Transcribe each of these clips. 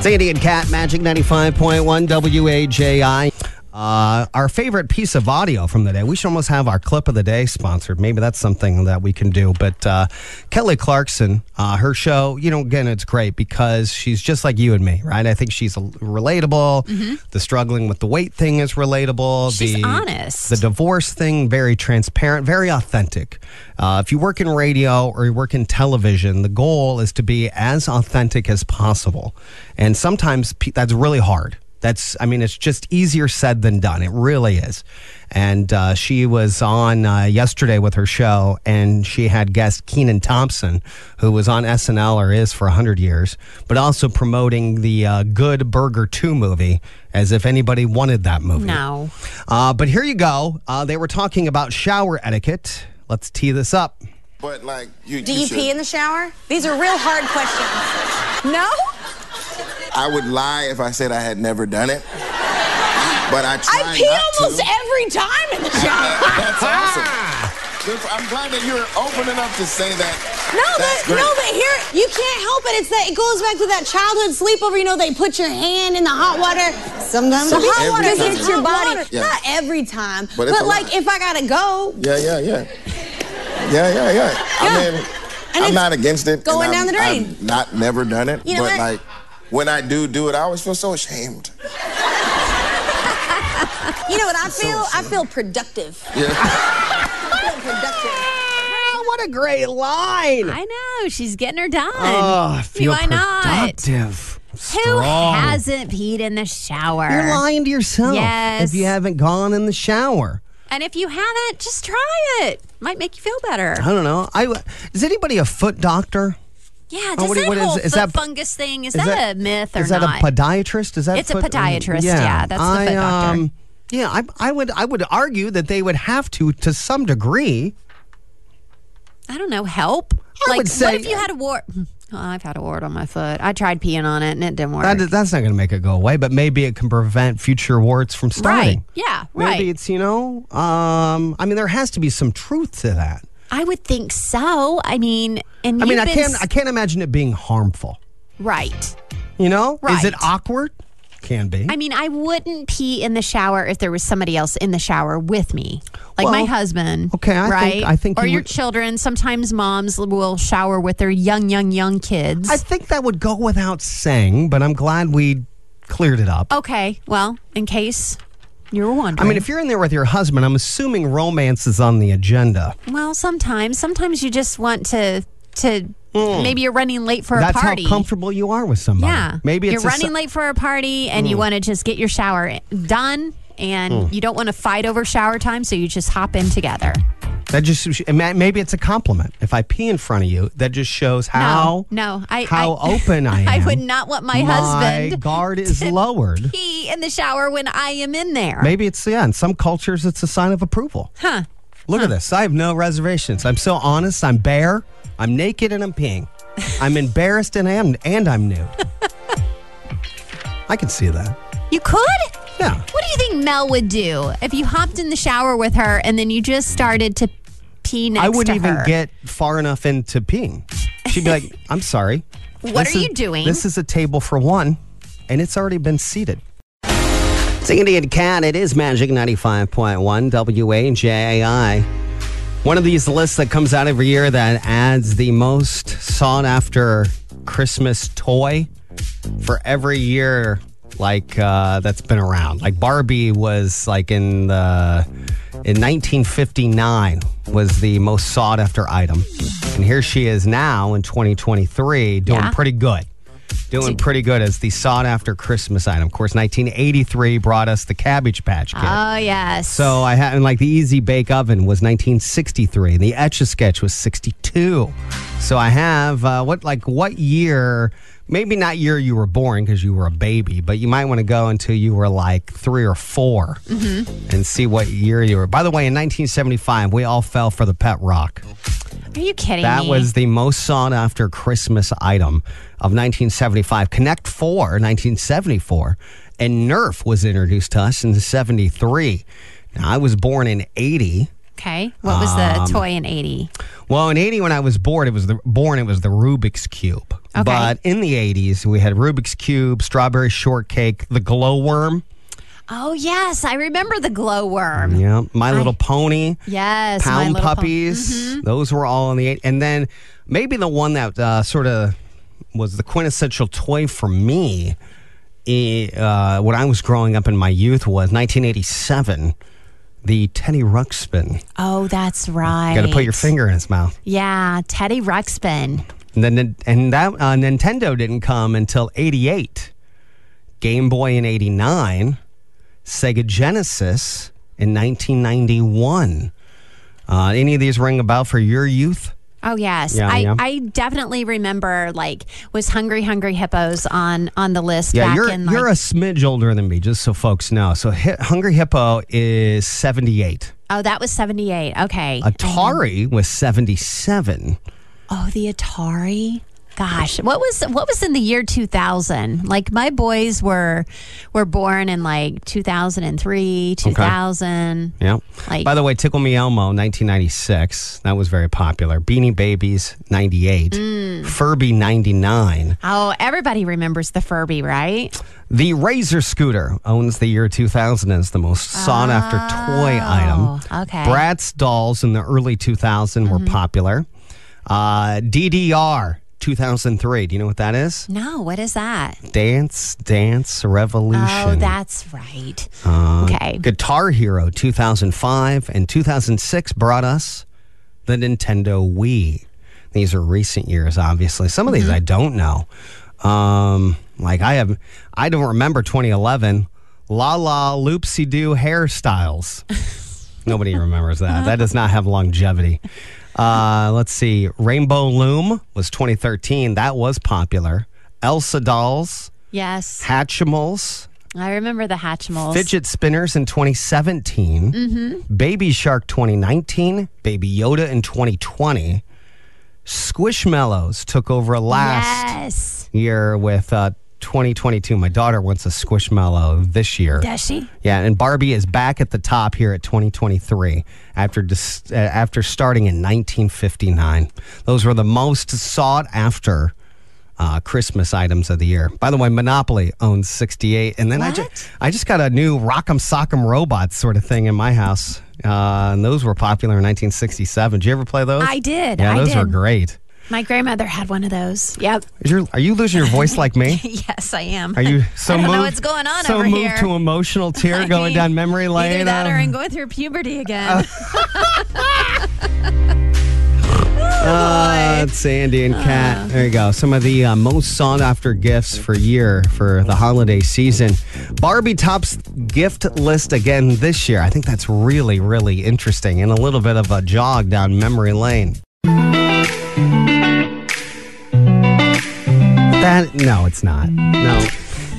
Sandy and Cat, Magic 95.1 WAJI. Uh, our favorite piece of audio from the day. We should almost have our clip of the day sponsored. Maybe that's something that we can do. But uh, Kelly Clarkson, uh, her show, you know, again, it's great because she's just like you and me, right? I think she's relatable. The struggling with the weight thing is relatable. Mm-hmm. She's the, honest. The divorce thing, very transparent, very authentic. Uh, if you work in radio or you work in television, the goal is to be as authentic as possible. And sometimes pe- that's really hard. That's, I mean, it's just easier said than done. It really is. And uh, she was on uh, yesterday with her show, and she had guest Keenan Thompson, who was on SNL or is for 100 years, but also promoting the uh, Good Burger 2 movie as if anybody wanted that movie. No. Uh, but here you go. Uh, they were talking about shower etiquette. Let's tee this up. But like you, Do you you should- pee in the shower? These are real hard questions. No? I would lie if I said I had never done it. But I try I pee not to. almost every time in the shower. That's Ah, awesome. Good for- I'm glad that you're open enough to say that. No, That's but, great. no, but here, you can't help it. It's that it goes back to that childhood sleepover. You know, they put your hand in the hot water. Sometimes the hot Every water time. hits your Hot body. water. Yeah. Not every time. But But, it's a like, lot. if I gotta go, Yeah, yeah, yeah. Yeah, yeah, yeah. I Yeah. mean, I'm And it's not against it. and going I'm- down the drain. I've not never done it. You know but what? like when I do do it, I always feel so ashamed. you know what I feel? I feel productive. Yeah. I feel productive. Ah, what a great line. I know. She's getting her done. Oh, I I mean, feel Why not? productive. Who Strong. hasn't peed in the shower? You're lying to yourself Yes. if you haven't gone in the shower. And if you haven't, just try it. Might make you feel better. I don't know. I is anybody a foot doctor? Yeah, Oh, does what do- that what is- whole is foot that- fungus thing, is, that, a myth or is that not? a podiatrist? Is that It's a podiatrist, yeah, that's the I, foot doctor. Um, yeah, I, I would I would argue that they would have to to some degree. I don't know, help? I like, would say- what if you had a wart? Oh, I've had a wart on my foot. I tried peeing on it and it didn't work. That, that's not going to make it go away, but maybe it can prevent future warts from starting. right. Yeah, Maybe right. it's you know. Um, I mean, there has to be some truth to that. I would think so. I mean, and I mean, you've I been can't s- I can't imagine it being harmful. right. You know, is it Right. awkward? Can be. I mean, I wouldn't pee in the shower if there was somebody else in the shower with me, like my Well, husband. okay, I think- right? I think or you your would- children. Sometimes moms will shower with their young, young, young kids. I think that would go without saying, but I'm glad we cleared it up. okay, well, in case you were I wondering. mean, if you're in there with your husband, I'm assuming romance is on the agenda. well, sometimes, sometimes you just want to to maybe you're running late for Mm. That's a party. how comfortable you are with somebody. yeah, Maybe it's you're a s- Mm. running late for a party and you want to just get your shower i- done. And you don't want to fight over shower time, so you just hop in together. That just it ma- maybe it's a compliment. If I pee in front of you, that just shows how No, no, I- how I- open I am. I would not want my My husband guard is lowered. pee in the shower when I am in there. Maybe it's yeah. In some cultures, it's a sign of approval. Huh. Look at this. I have no reservations. I'm so honest. I'm bare. I'm naked and I'm peeing. I'm embarrassed and I am and I'm nude. I can see that. You could? Yeah. What do you think Mel would do if you hopped in the shower with her and then you just started to pee next I to wouldn't even her? get far enough into peeing. She'd be like, I'm sorry. What This are is- you doing? This is a table for one, and it's already been seated. Sandy and Cat, it is Magic 95.1 WAJI. One of these lists that comes out every year that adds the most sought after Christmas toy for every year like uh, that's been around. Like Barbie was like in the in 1959 was the most sought after item, and here she is now in 2023 doing Yeah. pretty good. Doing pretty good as the sought after Christmas item. Of course, 1983 brought us the Cabbage Patch Kid. Oh, yes. So I had and like the Easy Bake Oven was 1963, and the Etch a Sketch was 62. So I have uh, what like what year? Maybe not year you were born because you were a baby, but you might want to go until you were like three or 4 and see what year you were. By the way, in 1975, we all fell for the pet rock. Are you kidding That me? was the most sought after Christmas item of 1975. Connect 4, 1974. And Nerf was introduced to us in 73. Now, I was born in 80. Okay. What um, was the toy in 80? Well, in 80, when I was born, it was the, born, it was the Rubik's Cube. Okay. But in the 80s, we had Rubik's Cube, Strawberry Shortcake, The Glowworm. Oh yes, I remember the glowworm. Yeah. My Little Pony. Yes, My Pound Little Mm-hmm. Pony. Puppies. Those were all in the 80s. And then maybe the one that uh, sort of was the quintessential toy for me eh, uh, when I was growing up in my youth was 1987, the Teddy Ruxpin. Oh, that's right. Got to put your finger in his mouth. Yeah, Teddy Ruxpin. And then and that uh, Nintendo didn't come until '88, Game Boy in '89, Sega Genesis in 1991. Uh, any of these ring a bell for your youth? Oh yes, Yeah, I, yeah. I definitely remember. Like, was Hungry Hungry Hippos on on the list? Yeah, back you're in, like, you're a smidge older than me, just so folks know. So Hi- Hungry Hippo is 78. oh, that was seventy eight. Okay, Atari Mm-hmm. was 77. Oh, the Atari. Gosh, what was what was in the year 2000? Like my boys were were born in like 2003, 2000. Yeah. Like- By the way, Tickle Me Elmo, 1996. That was very popular. Beanie Babies, 98. Mm. Furby, 99. Oh, everybody remembers the Furby, right? The Razor Scooter owns the year 2000 as the most sought after toy item. Oh, okay. Mm-hmm. Bratz dolls in the early 2000 were popular. Uh, DDR, 2003. Do you know what that is? No, what is that? Dance Dance Revolution. Oh, that's right. Uh, okay. Guitar Hero 2005 and 2006 brought us the Nintendo Wii. These are recent years, obviously. Some of these Mm-hmm. I don't know. Um, like I have, I don't remember 2011. La la loopsy doo hairstyles. Nobody remembers that. That does not have longevity. Uh, let's see. Rainbow Loom was 2013. That was popular. Elsa dolls, Yes. Hatchimals, I remember the Hatchimals. Fidget spinners in 2017, Baby Shark 2019, Baby Yoda in 2020. Squishmallows took over last Yes. year with uh, 2022. My daughter wants a Squishmallow this year. Does she? Yeah, and Barbie is back at the top here at 2023 after dis- uh, after starting in 1959. Those were the most sought after uh, Christmas items of the year. By the way, Monopoly owns 68, and then I What? just I just got a new Rock'em Sock'em Robots sort of thing in my house, uh, and those were popular in 1967. Did you ever play those? I did, Yeah, I those were did. great. My grandmother had one of those. Yep. Is your, are you losing your voice like me? Yes, I am. Are you so I don't moved? know what's going on so over moved here. to emotional tear I going mean, down memory lane. Either that or Um, I'm going through puberty again. Uh, it's Sandy and Kat. Ah. there you go. Some of the uh, most sought after gifts for year for the holiday season. Barbie tops gift list again this year. I think that's really, really interesting and a little bit of a jog down memory lane. That no, it's not. No.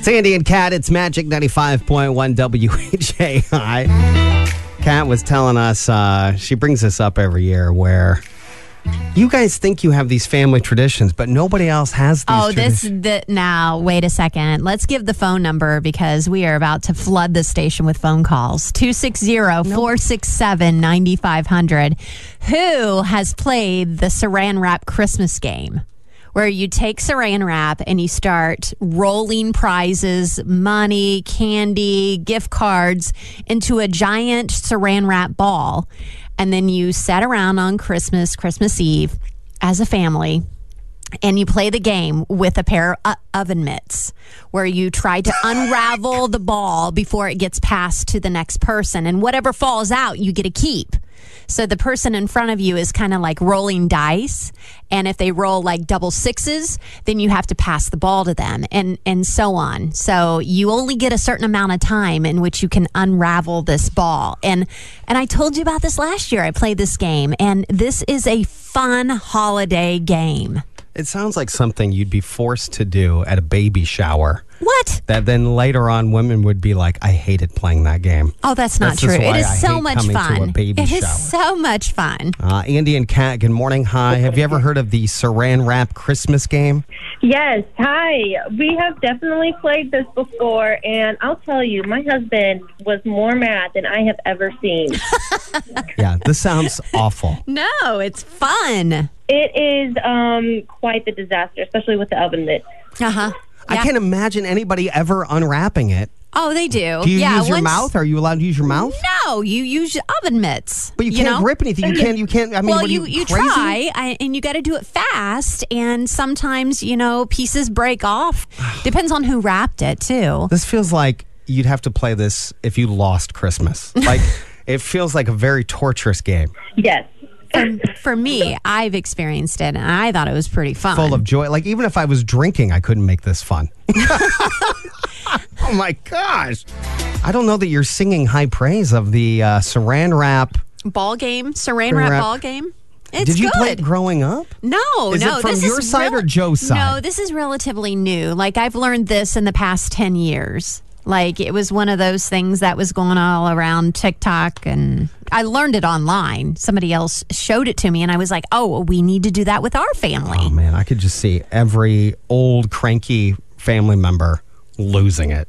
Sandy and Kat, it's Magic 95.1 WHAI. Kat was telling us, uh, she brings this up every year where you guys think you have these family traditions, but nobody else has these Oh, this traditions. the now. Wait a second. Let's give the phone number because we are about to flood the station with phone calls. 260-467-9500. Who has played the Saran Wrap Christmas game? Where you take saran wrap and you start rolling prizes, money, candy, gift cards into a giant saran wrap ball. And then you sat around on Christmas, Christmas Eve as a family and you play the game with a pair of oven mitts where you try to unravel the ball before it gets passed to the next person and whatever falls out you get to keep so the person in front of you is kind of like rolling dice and if they roll like double sixes then you have to pass the ball to them and and so on so you only get a certain amount of time in which you can unravel this ball and and I told you about this last year I played this game and this is a fun holiday game It sounds like something you'd be forced to do at a baby shower. What? That then later on, women would be like, "I hated playing that game." Oh, that's not This true. why I It is so hate much coming fun. To a baby It shower. is so much fun. uh, Andy and Kat, good morning. Hi. Have you ever heard of the Saran Wrap Christmas game? Yes, hi. We have definitely played this before, and I'll tell you, my husband was more mad than I have ever seen. Yeah, this sounds awful. No, it's fun. It is um, quite the disaster, especially with the oven mitt. Uh huh. I can't imagine anybody ever unwrapping it. Oh, they do. Do you yeah, use your once- mouth? Are you allowed to use your mouth? No, you use oven mitts. But you can't know? grip anything. You can't. You can't. I mean, well, what are you, you, you crazy? try I, and you got to do it fast. And sometimes, you know, pieces break off. Depends on who wrapped it, too. This feels like you'd have to play this if you lost Christmas. Like it feels like a very torturous game, Yes. For, for me, I've experienced it and I thought it was pretty fun. full of joy. Like even if I was drinking, I couldn't make this fun. oh my gosh! I don't know that you're singing high praise of the uh, Saran Wrap. ball game, saran Saran wrap, wrap. ball game. It's Did you good. play it growing up? No, Is it no. from this your is side or Joe's No, side? this is relatively new. Like I've learned this in the past ten years. Like it was one of those things that was going all around TikTok, and I learned it online. Somebody else showed it to me, and I was like, "Oh, we need to do that with our family." Oh man, I could just see every old cranky family member losing it.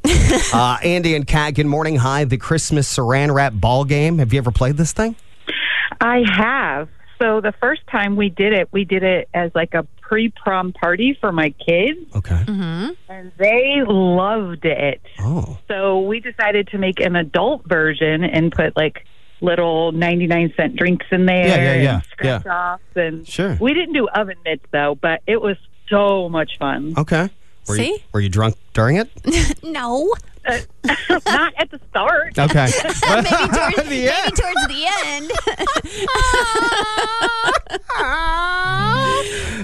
uh, Andy and Kat, good morning. Hi, the Christmas Saran Wrap ball game. Have you ever played this thing? I have. So the first time we did it, we did it as like a pre prom party for my kids, Okay. Mm-hmm. and they loved it. Oh. So we decided to make an adult version and put like little 99 cent drinks in there. Yeah, yeah, yeah, And scratch offs and Sure. We didn't do oven mitts though, but it was so much fun. Okay. Were You, See? were you drunk during it? No, Not at the start. Okay. maybe towards, The maybe end. towards the end.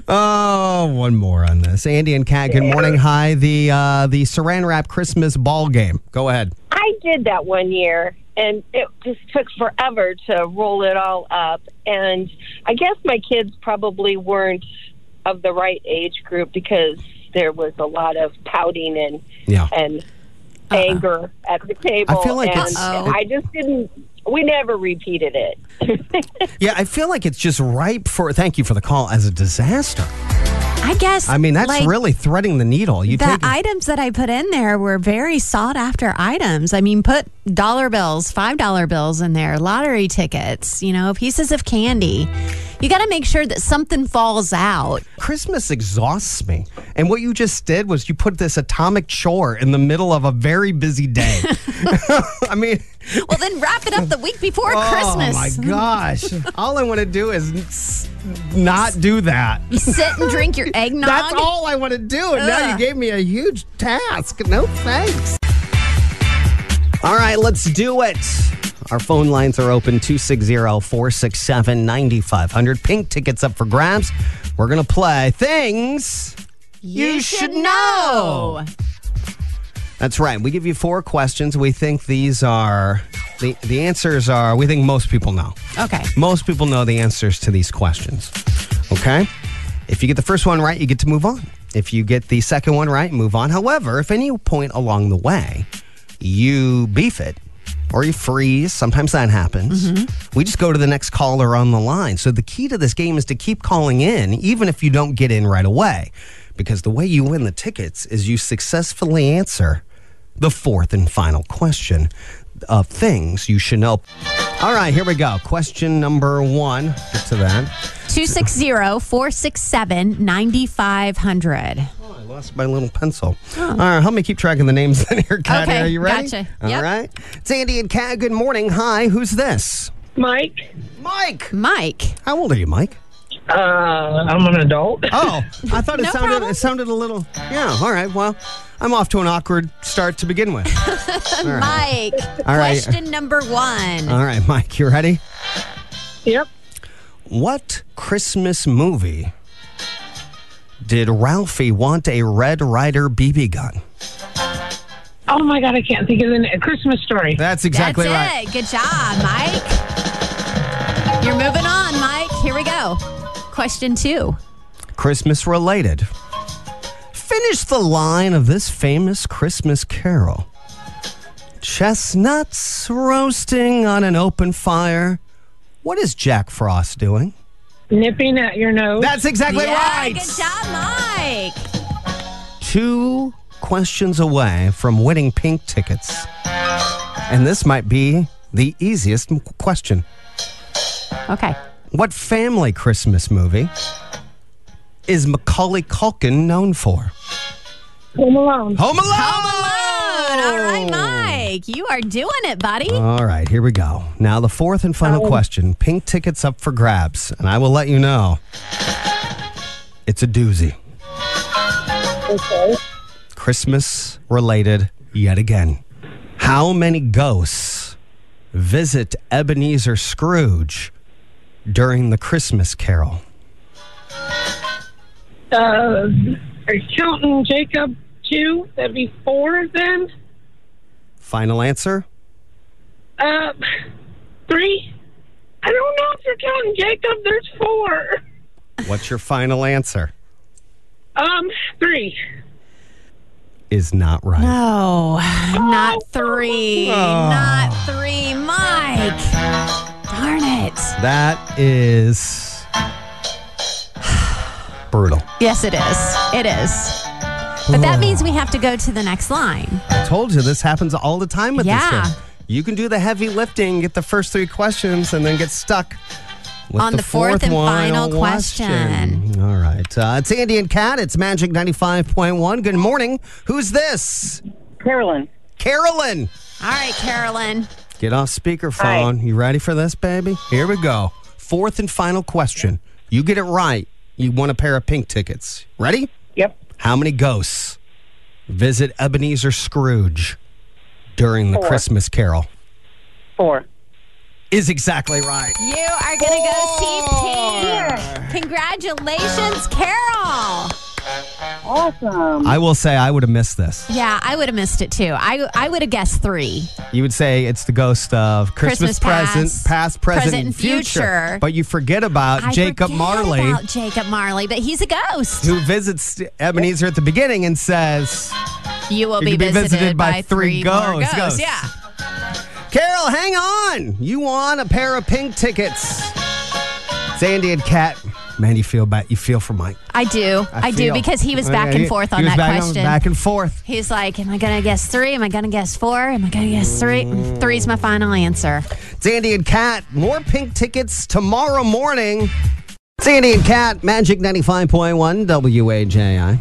oh, one more on this. Andy and Kat, good morning. Hi, the uh, the Saran Wrap Christmas ball game. Go ahead. I did that one year, and it just took forever to roll it all up. And I guess my kids probably weren't of the right age group because there was a lot of pouting and Yeah. and anger at the table. I feel like and it's- Uh-oh. I just didn't. We never repeated it. Yeah, I feel like it's just ripe for thank you for the call as a disaster. I guess. I mean, that's like, really threading the needle. You the take items that I put in there were very sought after items. I mean, put dollar bills, $5 bills in there, lottery tickets, you know, pieces of candy. You got to make sure that something falls out. Christmas exhausts me. And what you just did was you put this atomic chore in the middle of a very busy day. I mean, Well, then wrap it up the week before Christmas. oh my gosh. All I want to do is s- not do that. Sit and drink your eggnog. That's all I want to do. And now you Ugh. gave me a huge task. No thanks. All right, let's do it. Our phone lines are open 260 467 9500. Pink tickets up for grabs. We're going to play things. You should know. That's right. We give you four questions. We think these are the the answers are we think most people know. Okay. Most people know the answers to these questions. Okay? If you get the first one right, you get to move on. If you get the second one right, move on. However, if any point along the way you beef it or you freeze, sometimes that happens. We just go to the next caller on the line. So the key to this game is to keep calling in, even if you don't get in right away. Because the way you win the tickets is you successfully answer the fourth and final question of things you should know. All right, here we go. Question number one. Get to that. 260 467 9500. Oh, I lost my little pencil. All right, help me keep track of the names in here, Kat. Okay, Are you ready? gotcha. All Yep. right. It's Andy and Kat. Good morning. Hi, who's this? Mike, Mike. Mike. How old are you, Mike? uh, I'm an adult. Oh, I thought it No sounded problem. it sounded a little. Yeah. All right. Well, I'm off to an awkward start to begin with. Mike. All right. Question number one. All right, Mike. You ready? Yep. What Christmas movie did Ralphie want a Red Rider BB gun? Oh my God, I can't think of the name. Christmas story. That's exactly That's right. it. Good job, Mike. You're moving on, Mike. Here we go. Question two. Christmas related. Finish the line of this famous Christmas carol. Chestnuts roasting on an open fire. What is Jack Frost doing? Nipping at your nose. That's exactly right. Good job, Mike. Two questions away from winning pink tickets. And this might be the easiest m- question. Okay. What family Christmas movie is Macaulay Culkin known for? Home Alone. Home Alone. Alone. All right, Mike, you are doing it, buddy. All right, here we go. Now, the fourth and final question. Pink tickets up for grabs, and I will let you know. It's a doozy. Okay. Christmas related yet again. How many ghosts visit Ebenezer Scrooge during the Christmas carol? Uh, are you counting Jacob two? That'd be four then. Final answer? Uh, three. I don't know if you're counting Jacob. There's four. What's your final answer? Um, three. Is not right. No, Oh. not three. Not three, Mike. Darn it. That is brutal. Yes, it is. It is. But that means we have to go to the next line. I told you this happens all the time with Yeah. this game. You can do the heavy lifting, get the first three questions, and then get stuck with On the fourth and final All right, uh, it's Andy and Cat. It's Magic ninety five point one. Good morning. Who's this? Carolyn. Carolyn. All right, Carolyn. Get off speakerphone. You ready for this, baby? Here we go. Fourth and final question. You get it right, you won a pair of pink tickets. Ready? Yep. How many ghosts visit Ebenezer Scrooge during the Four. Christmas Carol? Four. Is exactly right. You are going to go see Pam. Congratulations, Carol. Awesome. I will say I would have missed this. Yeah, I would have missed it too. I, I would have guessed three. You would say it's the ghost of Christmas, Christmas past, present, past, present, present, and and future. future. But you forget about I Jacob forget Marley, About Jacob Marley, but he's a ghost. who visits Ebenezer at the beginning and says, You will You be, can be visited, visited by by, three three, more ghosts. Ghosts. ghosts. Yeah. Carol, hang on. You won a pair of pink tickets. Sandy and Cat. Man, you feel bad. You feel for Mike. I do. I, do feel. because he was back Okay, and forth on he was that back- question. Back and forth. He's like, "Am I gonna guess three? Am I gonna guess four? Am I gonna guess three? Three's my final answer." Sandy and Cat. More pink tickets tomorrow morning. Sandy and Cat, Magic 95.1 WAJI.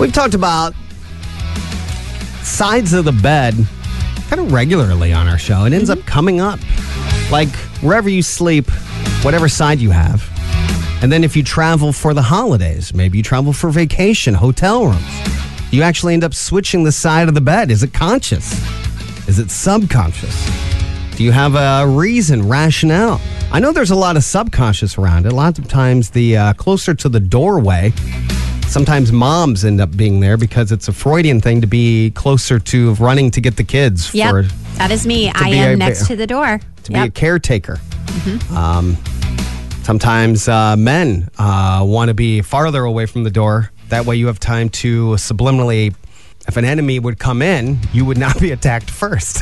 We've talked about sides of the bed kind of regularly on our show. It ends Mm-hmm. up coming up. Like wherever you sleep, whatever side you have. And then if you travel for the holidays, maybe you travel for vacation, hotel rooms, you actually end up switching the side of the bed. Is it conscious? Is it subconscious? Do you have a reason, rationale? I know there's a lot of subconscious around it. A lot of times, the uh, closer to the doorway, sometimes moms end up being there because it's a Freudian thing to be closer to running to get the kids Yep, for that is me. I be am a- next to the door. to be a Yep. Mm-hmm. caretaker. Um, sometimes uh, men uh, want to be farther away from the door. That way, you have time to subliminally. If an enemy would come in, you would not be attacked first.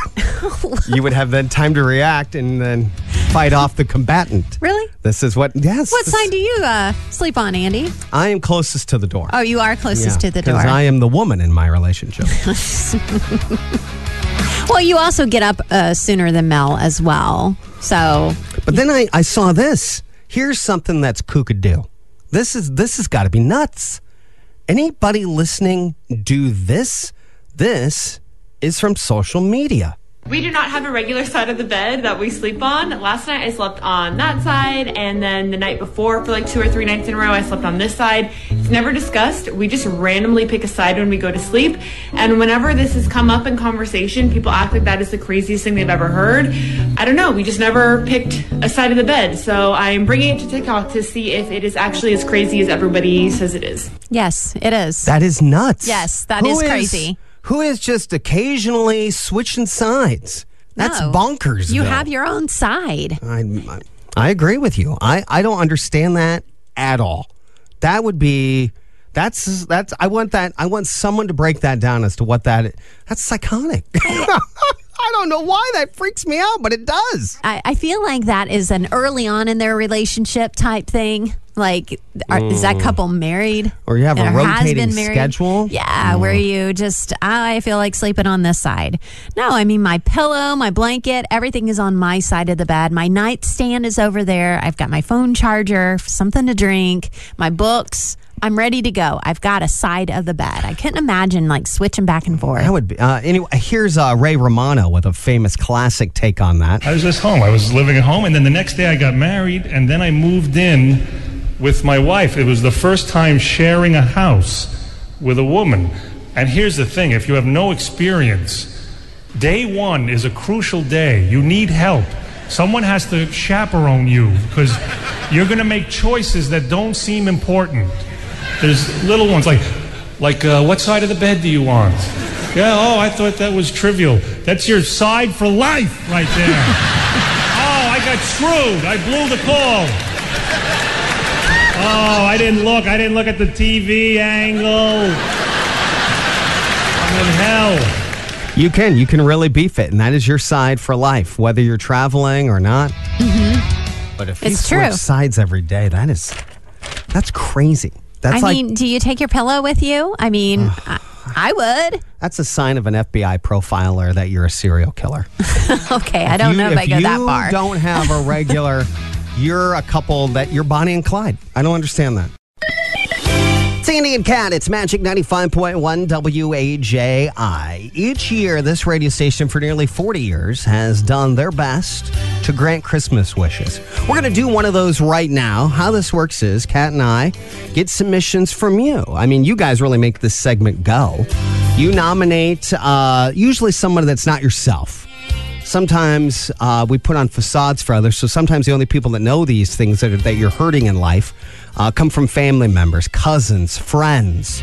you would have then time to react and then fight off the combatant. Really? This is what. Yes. What this- side do you uh, sleep on, Andy? I am closest to the door. Oh, you are closest to the door. Because I am the woman in my relationship. well, you also get up uh, sooner than Mel as well. So But then I, I saw this. Here's something that's kookadoo. This is this has got to be nuts. Anybody listening do this? This is from social media. We do not have a regular side of the bed that we sleep on. Last night I slept on that side, and then the night before, for like two or three nights in a row, I slept on this side. It's never discussed. We just randomly pick a side when we go to sleep. And whenever this has come up in conversation, people act like that is the craziest thing they've ever heard. I don't know. We just never picked a side of the bed. So I'm bringing it to TikTok to see if it is actually as crazy as everybody says it is. yes, it is. That is nuts. Yes, that is crazy. Who is just occasionally switching sides? That's No. bonkers. Oh. You though. have your own side. I, I- I agree with you. I, I don't understand that at all. That would be that's that's I want that I want someone to break that down as to what that that's psychotic. I don't know why that freaks me out, but it does. I, I feel like that is an early on in their relationship type thing. Like, are, is that couple married? Mm. Or you have a Or has rotating been married? schedule? Mm. Yeah, where you just, "Ah, I feel like sleeping on this side. No, I mean, my pillow, my blanket, everything is on my side of the bed. My nightstand is over there. I've got my phone charger, something to drink, my books. I'm ready to go. I've got a side of the bed. I couldn't imagine like switching back and forth. That would be. Uh, anyway, here's uh, Ray Romano with a famous classic take on that. I was just home. I was living at home, and then the next day I got married, and then I moved in with my wife. It was the first time sharing a house with a woman. And here's the thing if you have no experience, day one is a crucial day. You need help. Someone has to chaperone you because you're going to make choices that don't seem important. There's little ones like, like uh, what side of the bed do you want? Yeah, oh, I thought that was trivial. That's your side for life right there. Oh, I got screwed. I blew the call. Oh, I didn't look. I didn't look at the TV angle. I'm in hell. You can. You can really beef it, and that is your side for life, whether you're traveling or not. But if you It's switch true. sides every day, that is that's crazy. That's I like mean, do you take your pillow with you? I mean, I, I would. that's a sign of an FBI profiler that you're a serial killer. okay, I don't You- know if, I go that you far. don't have a regular. you're a couple that you're Bonnie and Clyde. I don't understand that. Sandy and Cat, it's Magic 95.1 WAJI. Each year, this radio station for nearly 40 years has done their best to grant Christmas wishes. We're going to do one of those right now. How this works is Cat and I get submissions from you. I mean, you guys really make this segment go. You nominate uh, usually someone that's not yourself sometimes uh, we put on facades for others. So sometimes the only people that know these things that, are, that you're hurting in life uh, come from family members, cousins, friends.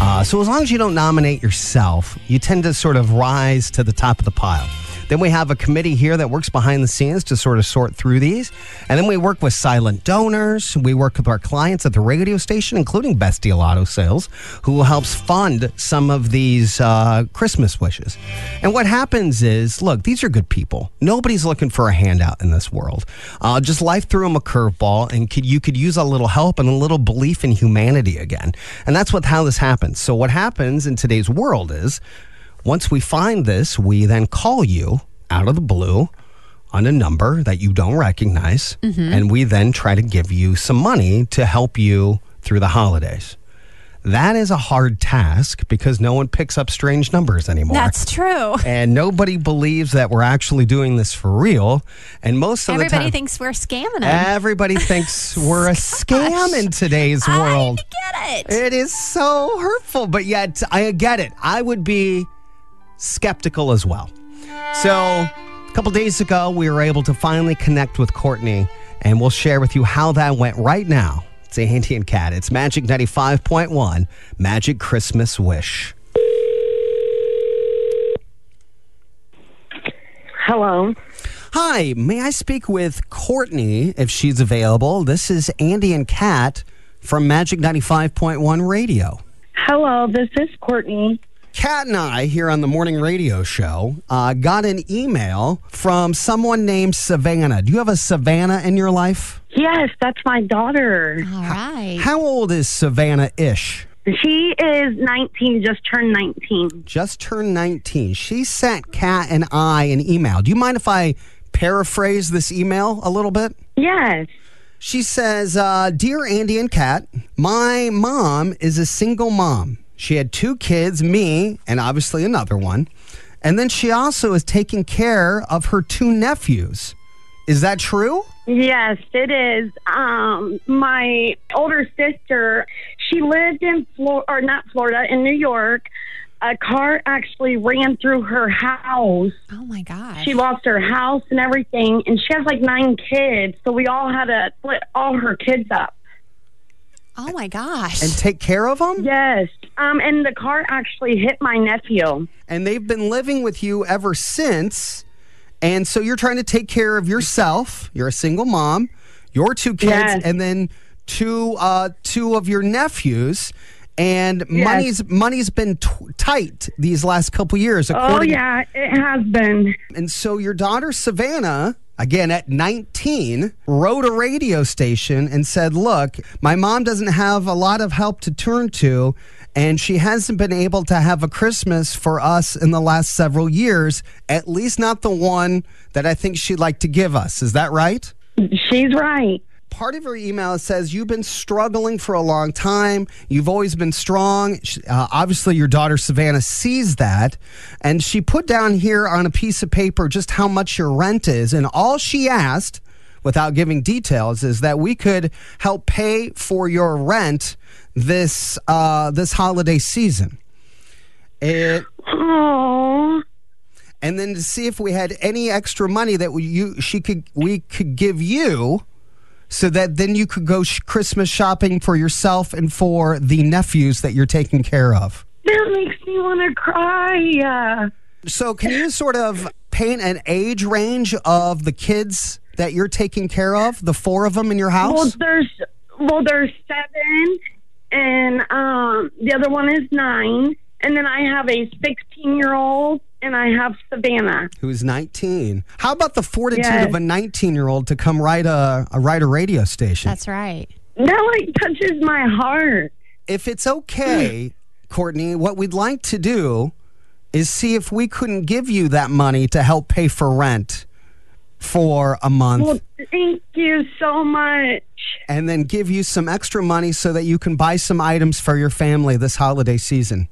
Uh, so as long as you don't nominate yourself, you tend to sort of rise to the top of the pile. Then we have a committee here that works behind the scenes to sort of sort through these. And then we work with silent donors. We work with our clients at the radio station, including Best Deal Auto Sales, who helps fund some of these uh, Christmas wishes. And what happens is look, these are good people. Nobody's looking for a handout in this world. Uh, just life threw them a curveball, and could, you could use a little help and a little belief in humanity again. And that's what how this happens. So, what happens in today's world is once we find this, we then call you out of the blue on a number that you don't recognize. And we then try to give you some money to help you through the holidays. That is a hard task because no one picks up strange numbers anymore. That's true. and nobody believes that we're actually doing this for real. And most of the Everybody time, thinks we're scamming them. everybody thinks we're a scam in today's world. Get it? It is so hurtful, but yet I get it. I would be skeptical as well. So, a couple days ago, we were able to finally connect with Courtney, and we'll share with you how that went right now. It's Andy and Cat. It's Magic 95.1, Magic Christmas Wish. Hello. Hi, may I speak with Courtney if she's available? This is Andy and Cat from Magic 95.1 Radio. Hello, this is Courtney. Kat and I here on the morning radio show uh, got an email from someone named Savannah. Do you have a Savannah in your life? Yes, that's my daughter. All right. How old is Savannah ish? She is 19, just turned 19. Just turned 19. She sent Kat and I an email. Do you mind if I paraphrase this email a little bit? Yes. She says, uh, Dear Andy and Kat, my mom is a single mom. She had two kids, me, and obviously another one. And then she also is taking care of her two nephews. Is that true? Yes, it is. Um, my older sister, she lived in Florida, or not Florida, in New York. A car actually ran through her house. Oh my gosh. She lost her house and everything, and she has like nine kids. So we all had to split all her kids up. Oh my gosh. And take care of them? Yes. Um, and the car actually hit my nephew. And they've been living with you ever since. And so you're trying to take care of yourself. You're a single mom, your two kids, Yes. and then two uh, two of your nephews. and Yes. money's money's been t- tight these last couple years. Oh, yeah, it has been. And so your daughter Savannah, again at 19, wrote a radio station and said, "Look, my mom doesn't have a lot of help to turn to." And she hasn't been able to have a Christmas for us in the last several years, at least not the one that I think she'd like to give us. Is that right? She's right. Part of her email says you've been struggling for a long time. You've always been strong. Sh- Uh, obviously, your daughter Savannah sees that. And she put down here on a piece of paper just how much your rent is. And all she asked, without giving details, is that we could help pay for your rent this, uh, this holiday season. It, and then to see if we had any extra money that we, you she could we could give you, so that then you could go sh- Christmas shopping for yourself and for the nephews that you're taking care of. That makes me want to cry. uh. So can you sort of paint an age range of the kids that you're taking care of, the four of them in your Well, house? there's well, there's seven, and um, the other one is nine, and then I have a 16 year old, and I have Savannah. Who's 19? How about the fortitude Yes. of a 19 year old to come write a, a write a radio station? That's right. That like touches my heart. If it's okay, Courtney, what we'd like to do is see if we couldn't give you that money to help pay for rent for a month Well, thank you so much. and then give you some extra money so that you can buy some items for your family this holiday season.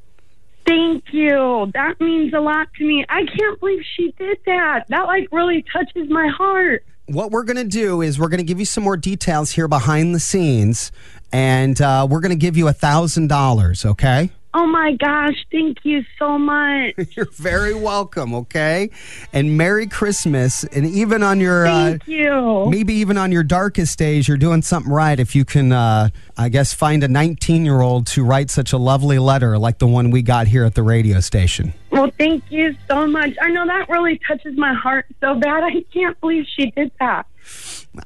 Thank you. That means a lot to me. I can't believe she did that. That like really touches my heart. What we're going to do is we're going to give you some more details here behind the scenes and uh, we're going to give you a $1,000, okay? Oh my gosh, thank you so much. You're very welcome, okay? And Merry Christmas. And even on your. Thank uh, you. Maybe even on your darkest days, you're doing something right if you can, uh, I guess, find a 19 year old to write such a lovely letter like the one we got here at the radio station. Well, thank you so much. I know that really touches my heart so bad. I can't believe she did that.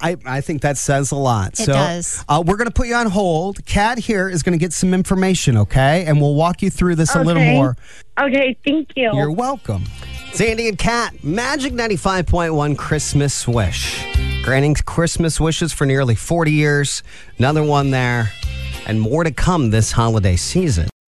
I, I think that says a lot. It so does. Uh, we're going to put you on hold. Kat here is going to get some information, okay? And we'll walk you through this a little Okay. more. Okay, thank you. You're welcome. Sandy and Kat, Magic 95.1 Christmas Wish. Granting Christmas wishes for nearly 40 years. Another one there. And more to come this holiday season.